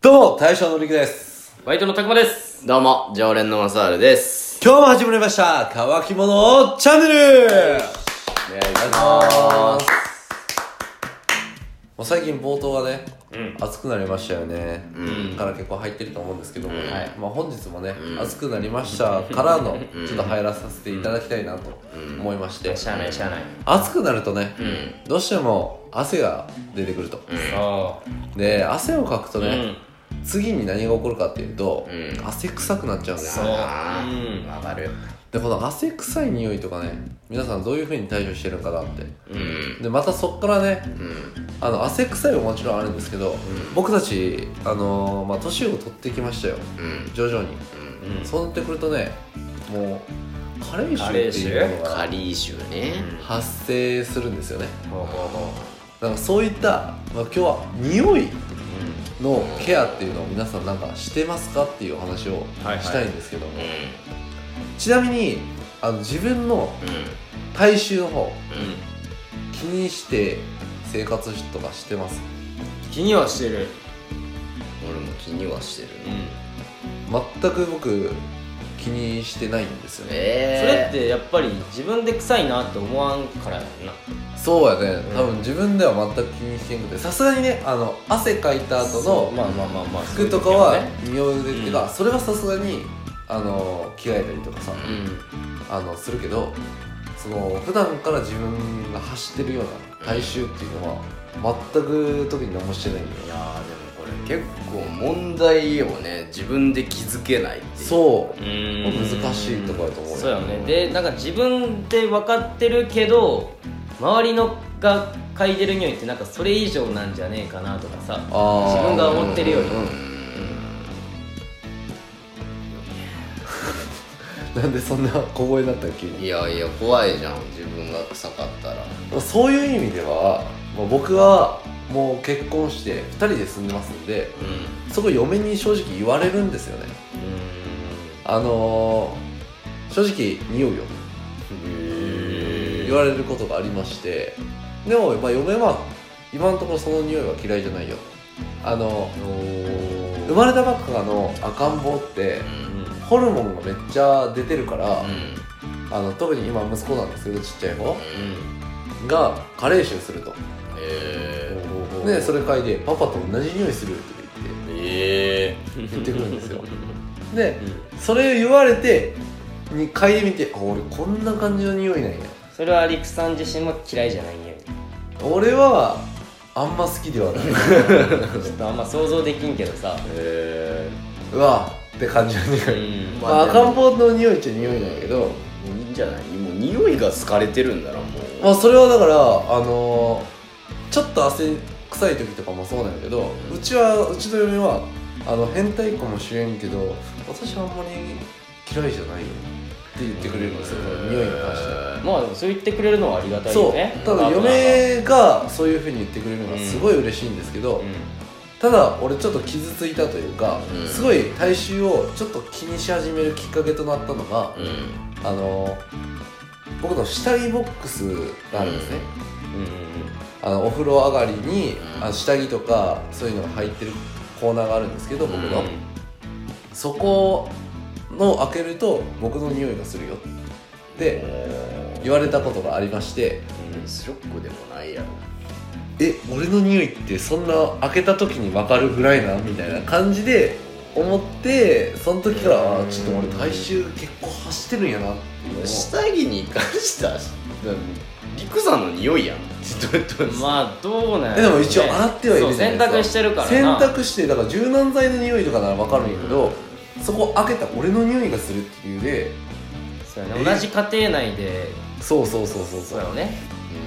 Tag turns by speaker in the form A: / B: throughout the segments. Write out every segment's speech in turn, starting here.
A: どうも、大将のりきです。
B: バイトのたくまです。どうも、常連のマサールです。
A: 今日も始まりました、乾き物チャンネル
B: お願いします。
A: もう最近冒頭がね、
B: うん
A: 暑くなりましたよね。から結構入ってると思うんですけども、
B: はい
A: まあ本日もね、暑くなりましたからの、ちょっと入らさせていただきたいなと思いまして、
B: しゃあないしゃあない。
A: 暑くなるとね、
B: うん。
A: どうしても汗が出てくると。
B: あ
A: で、汗をかくと
B: あ。う
A: ね、
B: ん。
A: 次に何が起こるかっていうと、
B: うん
A: 汗臭くなっちゃうんです
B: そ
A: よ
B: う。
A: ね。
B: あーわかる。
A: でこの汗臭い匂いとかね皆さんどういう風に対処してるんかなって
B: うん。
A: でまたそっからね
B: うん。
A: あの汗臭いももちろんあるんですけど、僕たちあのーまあ年を取ってきましたよ
B: うん。
A: 徐々に、
B: うん。
A: そうなってくるとねもう加齢臭
B: 加
A: っ
B: 齢
A: て
B: 臭
A: いうもの
B: カ
A: が
B: リー臭ね。
A: 発生するんですよね
B: ほうほうほ。
A: なんかそういった、まあ、今日は匂いうのケアっていうのを皆さんなんかしてますかっていうお話を
B: はいはい
A: したいんですけども、
B: うん。うん。
A: ちなみにあの自分の体臭の方
B: う
A: 気にして生活とかしてます
B: ん。気にはしてる。俺も気にはしてるね。
A: 全く僕気にしてないんですよね
C: それ
B: え
C: っ
B: え。
C: てやっぱり自分で臭いなって思わんからやんな
A: そうやね
C: うん
A: 多分自分では全く気にしてなくてさすがにねあの汗かいた後
C: そう
A: の
C: まあまあまあまあ
A: 服とかは
C: そういう時
A: 匂いでってかそれはさすがにあの着替えたりとかさ
C: はね
A: あのするけどその普段から自分が走ってるような体臭っていうのは全く特に何もしてないんだよ
B: いやーでもこれ結構問題をね自分で気づけないっていう
A: そう
B: う
A: 難
B: ん
A: しいとこやと思うんよ
C: うそうやねでなんか自分で分かってるけど周りのが嗅いでる匂いってなんかそれ以上なんじゃねえかなとかさ
A: あー
C: 自分が思ってるより
A: うんうんうんなんでそんな小声になったっけ
B: いやいや怖いじゃん自分が臭かったら
A: そういう意味では、まあ、僕はもう結婚して2人で住んでますんで
B: う
A: そこ嫁に正直言われるんですよねあのー、正直匂いよ
B: ん
A: 言われることがありましてでも、まあ、嫁は今のところその匂いは嫌いじゃないよあの生まれたばっかの赤ん坊って
B: うん
A: ホルモンがめっちゃ出てるから、
B: うん
A: あの特に今息子なんですけどちっちゃい方が加齢臭すると
B: え
A: でそれ嗅いで「パパと同じ匂いする」って
B: ー、え
A: 言って言ってくるんですよでそれを言われてに嗅いでみて「あ俺こんな感じの匂いなんや
C: それはリクさん自身も嫌いじゃない匂い
A: 俺はあんま好きではない
C: ちょっとあんま想像できんけどさ
B: ー、え
A: うわって感じの
B: ー、
A: 匂い、
B: うん
A: まあ、赤ん坊の匂いっちゃ匂いなんやけど、
B: もういいんじゃないもう匂いが好かれてるんだろもう
A: まあそれはだからあのーちょっと汗臭い時とかもそうなんやけど、うちはうちの嫁はあの変態かもしれんけど私はあんまり嫌いじゃないよって言ってくれるんですよ、その匂いに関しては。
C: まあでもそう言ってくれるのはありがたい
A: そ
C: よ
A: う
C: ね
A: ただ
C: パートナーが
A: 嫁がそういうふうに言ってくれるのがすごい嬉しいんですけど、ただ俺ちょっと傷ついたというか、
B: うん
A: すごい体臭をちょっと気にし始めるきっかけとなったのが、
B: うん
A: あの僕の下着ボックスがあるんですね、
C: うんうんうん
A: あのお風呂上がりに、
B: うん
A: あの下着とかそういうのが入ってるコーナーがあるんですけど僕の、
B: うん
A: そこの開けると僕の匂いがするよって
B: え
A: 言われたことがありまして
B: ー、ショックでもないやろ
A: え俺の匂いってそんな開けた時に分かるぐらいなみたいな感じで思ってその時からあーちょっと俺体臭結構走ってるんやなっていうのを
B: 下着に関してはリクさんの匂いやんどど
C: まあどうなんやろうね
A: えでも一応洗ってはいるじゃないですか
C: そう洗濯してるからな
A: 洗濯してだから柔軟剤の匂いとかなら分かるんやけど、そこ開けた俺の匂いがするっていうで
C: そうやね同じ家庭内で
A: そうそうそうそう
C: そ
A: そう
C: うやろね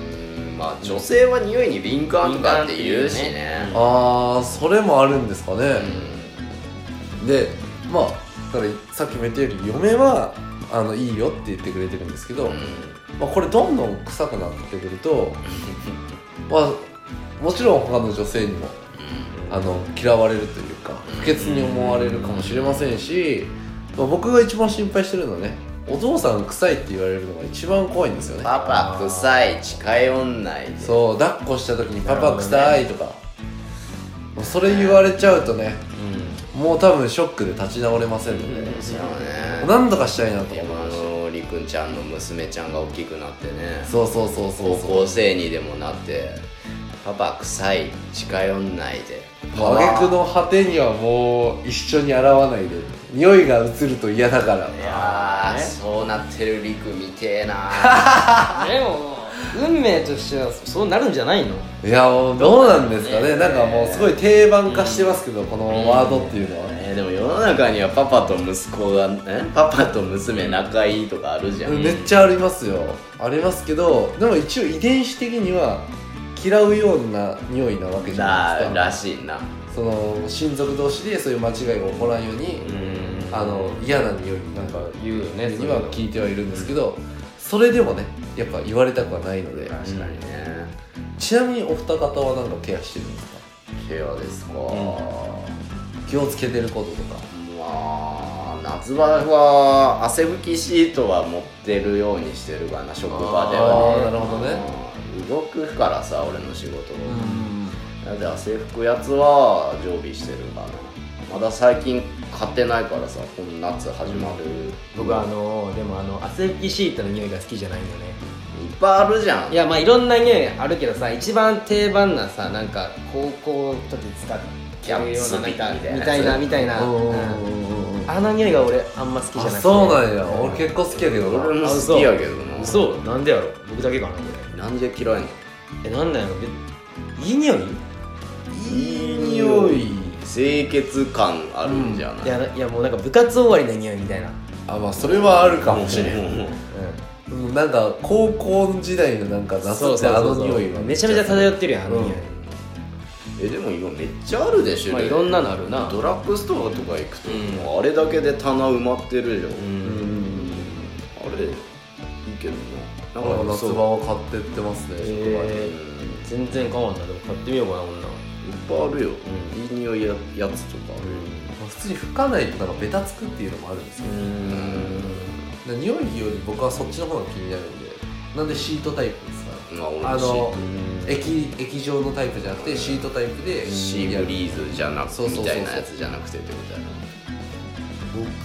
B: うーんまあ女性は匂いに敏感とかって言うしね
A: ああそれもあるんですかね、
B: う
A: でまあだからさっきも言ったより嫁はあのいいよって言ってくれてるんですけど、
B: ん
A: まあ、これどんどん臭くなってくるとまあもちろん他の女性にもあの嫌われるというか不潔に思われるかもしれませんし、まあ、僕が一番心配してるのはねお父さん臭いって言われるのが一番怖いんですよね
B: パパ臭い近い女いで
A: そう抱っこした時に「パパ臭い」とか、もうそれ言われちゃうとね
C: うん
A: もう多分ショックで立ち直れませんので、
B: そうね
A: なんとかしたいなと思い
B: 今
A: まし
B: のりくんちゃんの娘ちゃんが大きくなってね
A: たそうそうそうそ
B: 高
A: うそう
B: 校生にでもなってパパ臭い近寄んないで
A: 挙句の果てにはもう一緒に洗わないで匂いが移ると嫌だから
B: いやー
C: ね
B: そうなってるりくみてえな
C: でも運命としてはそうなるんじゃないの
A: いやもうどうなんですかね
C: ね
A: なんかもうすごい定番化してますけど、このワードっていうのは、
B: えーでも世の中にはパパと息子がえパパと娘仲いいとかあるじゃん、
A: めっちゃありますよありますけどでも一応遺伝子的には嫌うような匂いなわけじゃ
B: だ
A: ない
B: ら
A: です
B: しいな
A: かその親族同士でそういう間違いが起こらんように、
C: うん
A: あの嫌な匂いになんか
C: 言うよね
A: には聞いてはいるんですけど、それでもねやっぱ言われたくはないので
B: 確かにね、
A: ちなみにお二方はなんかケアしてるんですか
B: ケアですか、
A: 気をつけてることとか
B: まあ夏場は汗拭きシートは持ってるようにしてるかな職場では
A: あー
B: ね
A: なるほどね
B: うん動くからさ俺の仕事、
C: うん
B: なので汗拭くやつは常備してるかなまだ最近買ってないからさこの夏始まる、
C: 僕あのでもあの汗拭きシートの匂いが好きじゃないんだよね
B: いっぱいあるじゃん
C: いやまあいろんな匂いあるけどさ一番定番なさなんか高校の時使って
B: キャッツ
C: なんか
B: ビーみ
C: み
B: た
C: た
B: いなや
C: いな
B: つ
C: みたいな、
A: おー
C: うんあの匂いが俺あんま好きじゃな
A: あ
C: くて
A: そうなんや俺結構好きやけどな
B: 俺も好きやけどな
C: そうなんでやろ僕だけかなこ
B: なんで嫌いなの
C: れえなんなんやろえいい匂い
A: いい匂い
B: 清潔感あるんじゃない、
C: いやないやもうなんか部活終わりの匂いみたいな
A: あまあそれはあるかもしれん
B: うん
A: うんなんか高校時代のなんか夏
C: そ
A: っ
C: う
A: て
C: そう
A: あ
C: そ
A: の
C: うそう
A: 匂いは
C: めちゃめちゃ漂ってるやんあの
A: うん
C: 匂い、
B: えでも今めっちゃあるでしょ、
C: まあいろんなのあるな
B: ドラッグストアとか行くと、
C: うん
B: もうあれだけで棚埋まってるじゃん、
A: うん
B: あれいいけどな
A: 俺は
B: なんか
A: 夏
B: そう
A: 場を買ってってますね職場
C: え
A: で
C: 全然変わんないでも買ってみようかな女
B: いっぱいあるよ、いい匂いややつとかあるよ
A: まあ普通に拭かないとなんかベタつくっていうのもあるんですけ
C: う
A: ど
C: ん
A: で匂いより僕はそっちの方が気になるんでなんでシートタイプですか
B: まあ俺
A: あの
C: うん
A: 液液状のタイプじゃなくてシートタイプで
B: シーシーブリーズじゃなく
A: そうそうそうそう
B: みたいなやつじゃなくてってことやな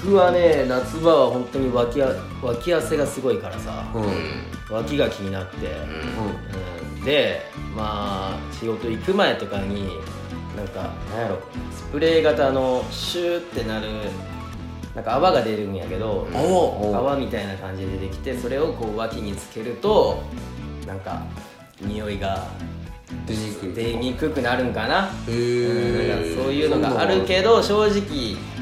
C: 僕はね夏場は本当に脇あ脇汗がすごいからさ
A: うんうんうん
C: 脇が気になって、うん、でまあ仕事行く前とかになんかなんやろスプレー型のシューってなるなんか泡が出るんやけど
A: あお
C: 泡みたいな感じで出てきてそれをこう脇につけるとなんか匂いが
A: 出にくい
C: 出にくくなるんかな
A: へ
C: うんなんか
A: え
C: そういうのがあるけど正直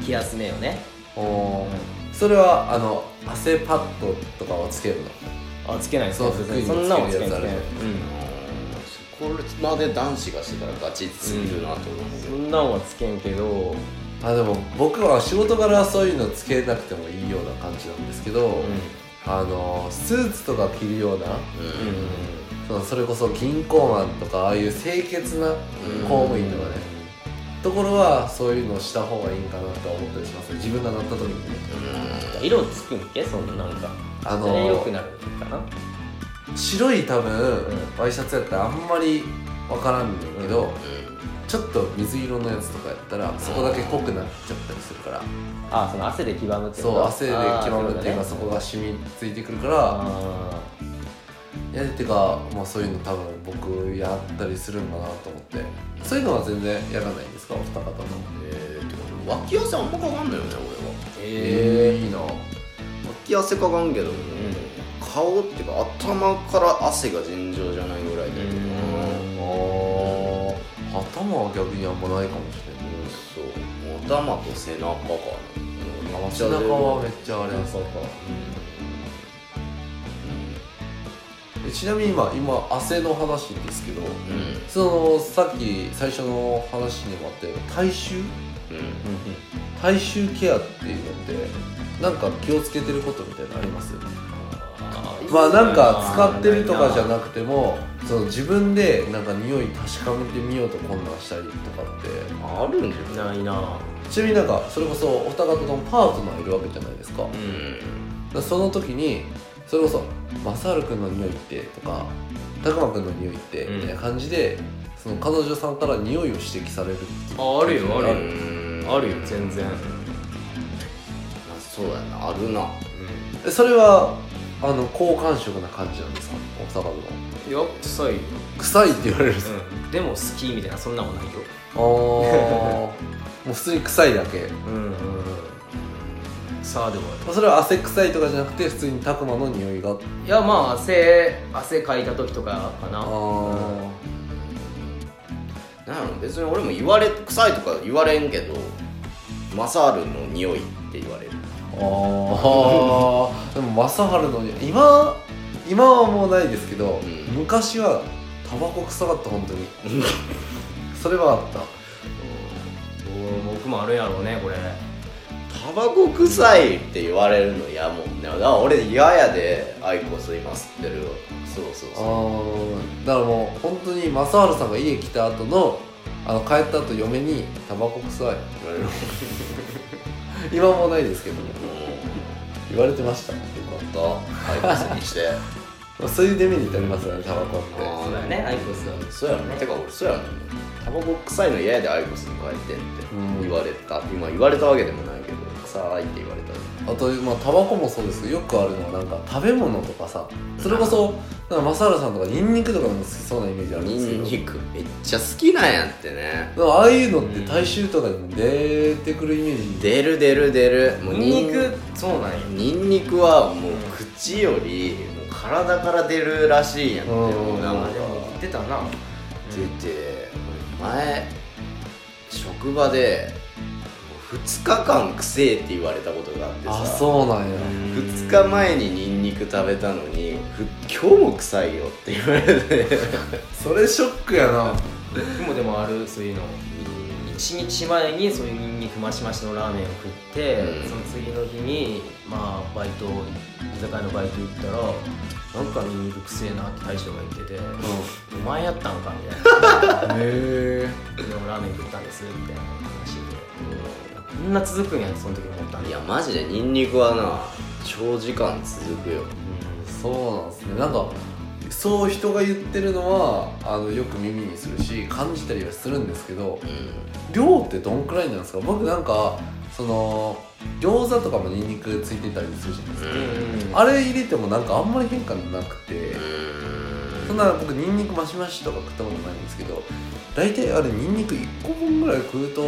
C: 気休めよね
A: おーそれはあの汗パッドとかはつけるの
C: あつけない
A: そう
C: 別
A: 服
C: に
A: に
C: そんなもん
A: つ
C: つ
A: け
C: け
A: る
C: な
A: や
C: い
A: つあ
C: つけ
A: る
C: ない
B: うんそこまで男子がしてたらガチすぎるなと思う
C: うんそんなんはつけんけど
A: あでも僕は仕事柄そういうのつけなくてもいいような感じなんですけど、あのスーツとか着るような
B: うん
A: そのそれこそ銀行マンとかああいう清潔な公務員とかね、ところはそういうのした方がいいんかなとは思ったりします自分がなった時にね
C: 色つくんけそのなんか
A: あ
C: それ良
A: の
C: くなるかな
A: 白い多分
C: ん
A: ワイシャツやったらあんまりわからんねんけど、ちょっと水色のやつとかやったらそこだけ濃くなっちゃったりするから
C: あその汗で黄ばむって
A: そう汗で決まるっていうかそ
C: そ
A: こが染みついてくるから
C: あ
A: いやてかまあそういうの多分僕やったりするんかなと思ってそういうのは全然やらないんですかお二方の
B: えーてか俺脇汗あんまかかんないよね俺は
A: えー、いいな
B: 脇汗かかんけど、顔っていうか頭から汗が尋常じゃないぐらいだけどな
A: あー頭は逆にあんまないかもしれない
B: そう頭と背中かなめっち
A: 背
B: ゃ出
A: 中
B: る
A: はめっちゃあれです
C: そうか
A: えちなみに今今汗の話ですけど
B: うんうん
A: そのさっき最初の話にもあったように体臭体臭ケアっていうのってなんか気をつけてることみたいなのありますまあなんか使ってるとかじゃなくてもその自分でなんか匂い確かめてみようと困難したりとかって
B: あるんじゃない
C: ないな
A: ちなみになんかそれこそお二方ともパートナーいるわけじゃないですかだか
B: うん
A: らその時にそれこそ「マサール君の匂いって」とか「たくま君の匂いって」
C: うん
A: みたいな感じでその彼女さんから匂いを指摘されるっていう
C: ああるよあるよ
B: うんうん
C: あるよ全然
B: まあそうやなあるな
A: えそれはあの好感触な感じなんですかお魚の
C: いや臭いよ、
A: 臭いって言われるんですか
C: うん、でも好きみたいなそんなもんないよ
A: あーもう普通に臭いだけ
C: うんうんうんさあでも
A: それは汗臭いとかじゃなくて普通にタクマの匂いが
C: いやまあ汗汗かいた時とかかな
A: あ
C: うん
A: ー
B: なんやろ別に俺も言われ臭いとか言われんけどマサールの匂いって言われる
A: あー でも正治の匂い今今はもうないですけど、
B: うん
A: 昔はタバコ臭かった本当にそれはあった
C: お僕もあるやろうねこれ
B: タバコ臭いって言われるの嫌もんねだから俺嫌やでアイコス今吸ってるそうそう
A: あ
B: そう
A: ーだからもう本当に正治さんが家来た後のあの帰った後嫁に「タバコ臭い」って言われる今もないですけどね言われてました僕
B: うんよかったアイコスにして
A: はそういうデメリットありますよねタバコって
B: あー
C: そうだねアイコスは
B: そうやろねてか俺そうやねんタバコ臭いの嫌やでアイコスに変えてんって
A: うん
B: 言われた今言われたわけでもないけど臭いって言われた
A: あとまあタバコもそうですけどよくあるのはなんか食べ物とかさそれこそなんか正原さんとかニンニクとかも好きそうなイメージあるん
B: ニ
A: ですけ
B: ン
A: ど
B: ニクめっちゃ好きなんやってね
A: でもああいうのって大衆とかにも出てくるイメージ
B: 出る出る出るもう
C: ニンニクそうなんよ
B: ニンニクはもう口よりもう体から出るらしいんやって
A: うん
B: もうなんか
C: あでも言ってたな
B: 出て前職場で2日間くせえって言われたことがあってさ
A: あそうなんや、
B: 2日前にニンニク食べたのにふ今日も臭いよって言われて
A: それショックやな
C: 僕もでもあるそういうの1日前にそういうニンニクマシマシのラーメンを食って、
B: うん
C: その次の日にまあバイト居酒屋のバイト行ったらなんかニンニクくせえなって大将が言ってて「お前やったんか」みたいな
A: へえ
C: 「昨日ラーメン食ったんです」みたいな話で、こんな続くんやその時思ったん
B: い
C: だ
B: やマジでニンニクはな長時間続くよ
A: そうなんですねなんかそう人が言ってるのはあのよく耳にするし感じたりはするんですけど
B: うん
A: 量ってどんくらいなんですか僕なんかその餃子とかもニンニクついてたりするじゃないですか
C: うんうん
A: あれ入れてもなんかあんまり変化なくて
B: うん
A: そんな僕ニンニクマシマシとか食ったことないんですけど大体あれニンニク1個分ぐらい食うと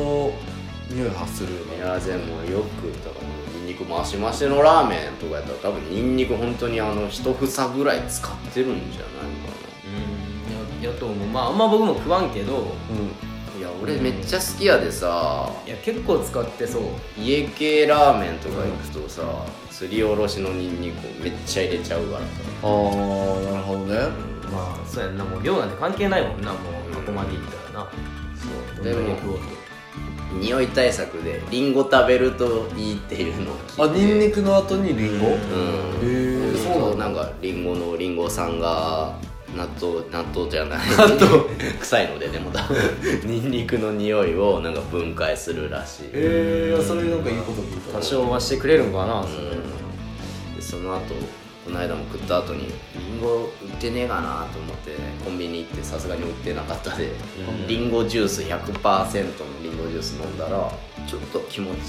A: 匂い発するよ
B: い
A: ね
B: やでもよくだからニンニクマシマシのラーメンとかやったら多分ニンニク本当にあの一房ぐらい使ってるんじゃない
C: うんいややと思うまああんま僕も食わんけど
A: うん
B: かないや俺めっちゃ好きやでさ
C: いや結構使ってそう
B: 家系ラーメンとか行くとさすりおろしのニンニクをめっちゃ入れちゃうからさ
A: あーなるほどね
C: まあそうやんなもう量なんて関係ないもんなもうここまでいったらな
B: そう
C: ど
B: で
C: んだけ
B: も
C: 食おうと
B: 匂い対策でリンゴ食べるといいっていうのを
A: あ
B: 聞いて
A: ニンニクの後にリンゴ、
B: うん
A: へえそうなんだ
B: なんかリンゴのリンゴさんが納豆納豆じゃない納豆 臭いのででもだ ニンニクの匂いをなんか分解するらしい、
A: へえそれなんかいいこと聞いた
C: 多少はしてくれるんかな、それ
B: うんでその後この間も食った後にリンゴ売ってねえかなと思ってコンビニ行ってさすがに売ってなかったで、
C: うん
B: リンゴジュース100%のリンゴジュース飲んだらちょっと気持ち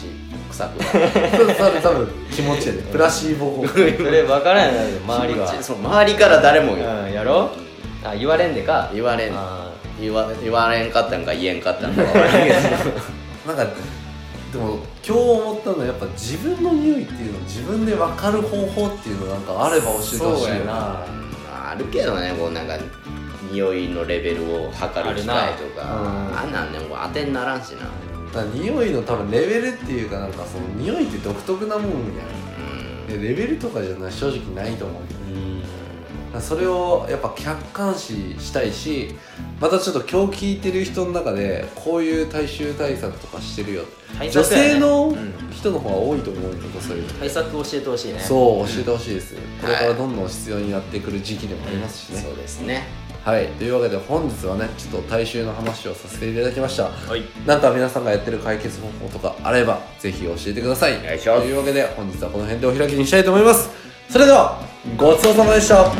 B: 臭くなる
A: それそ れ多分気持ちいいねプラシーボ効果
C: それ分からんやないよ 周りが
B: 気持ちそう周りから誰も言う、
C: うんやろあ言われんでか
B: 言われん
C: あ
B: 言わ言われんかったんか言えんかった んか分からんけど
A: なんかでも今日思ったのはやっぱ自分の匂いっていうのを自分で分かる方法っていうのなんかあれば教えてほしいよね
B: まああるけどねこうなんか匂いのレベルを測る機械とか
A: あるなうん
B: あんなんねもう当てにならんしな
A: だから匂いの多分レベルっていうかなんかその匂いって独特なもんや
B: うん
A: んでレベルとかじゃない正直ないと思うけどだからそれをやっぱ客観視したいしまたちょっと今日聞いてる人の中でこういう大衆対策とかしてるよ
C: 対
A: 女
C: 策やね
A: 性の
C: うん
A: 人の方が多いと思うんだけどそういうの
C: 対策教えてほしいね
A: そう教えてほしいです、これからどんどん必要になってくる時期でもありますしね、
B: そうですね
A: はい、というわけで本日はねちょっと大衆の話をさせていただきました
C: はい
A: なんか皆さんがやってる解決方法とかあればぜひ教えてください
B: 願いし
A: と
B: ます
A: いうわけで本日はこの辺でお開きにしたいと思いますそれではごちそうさまでした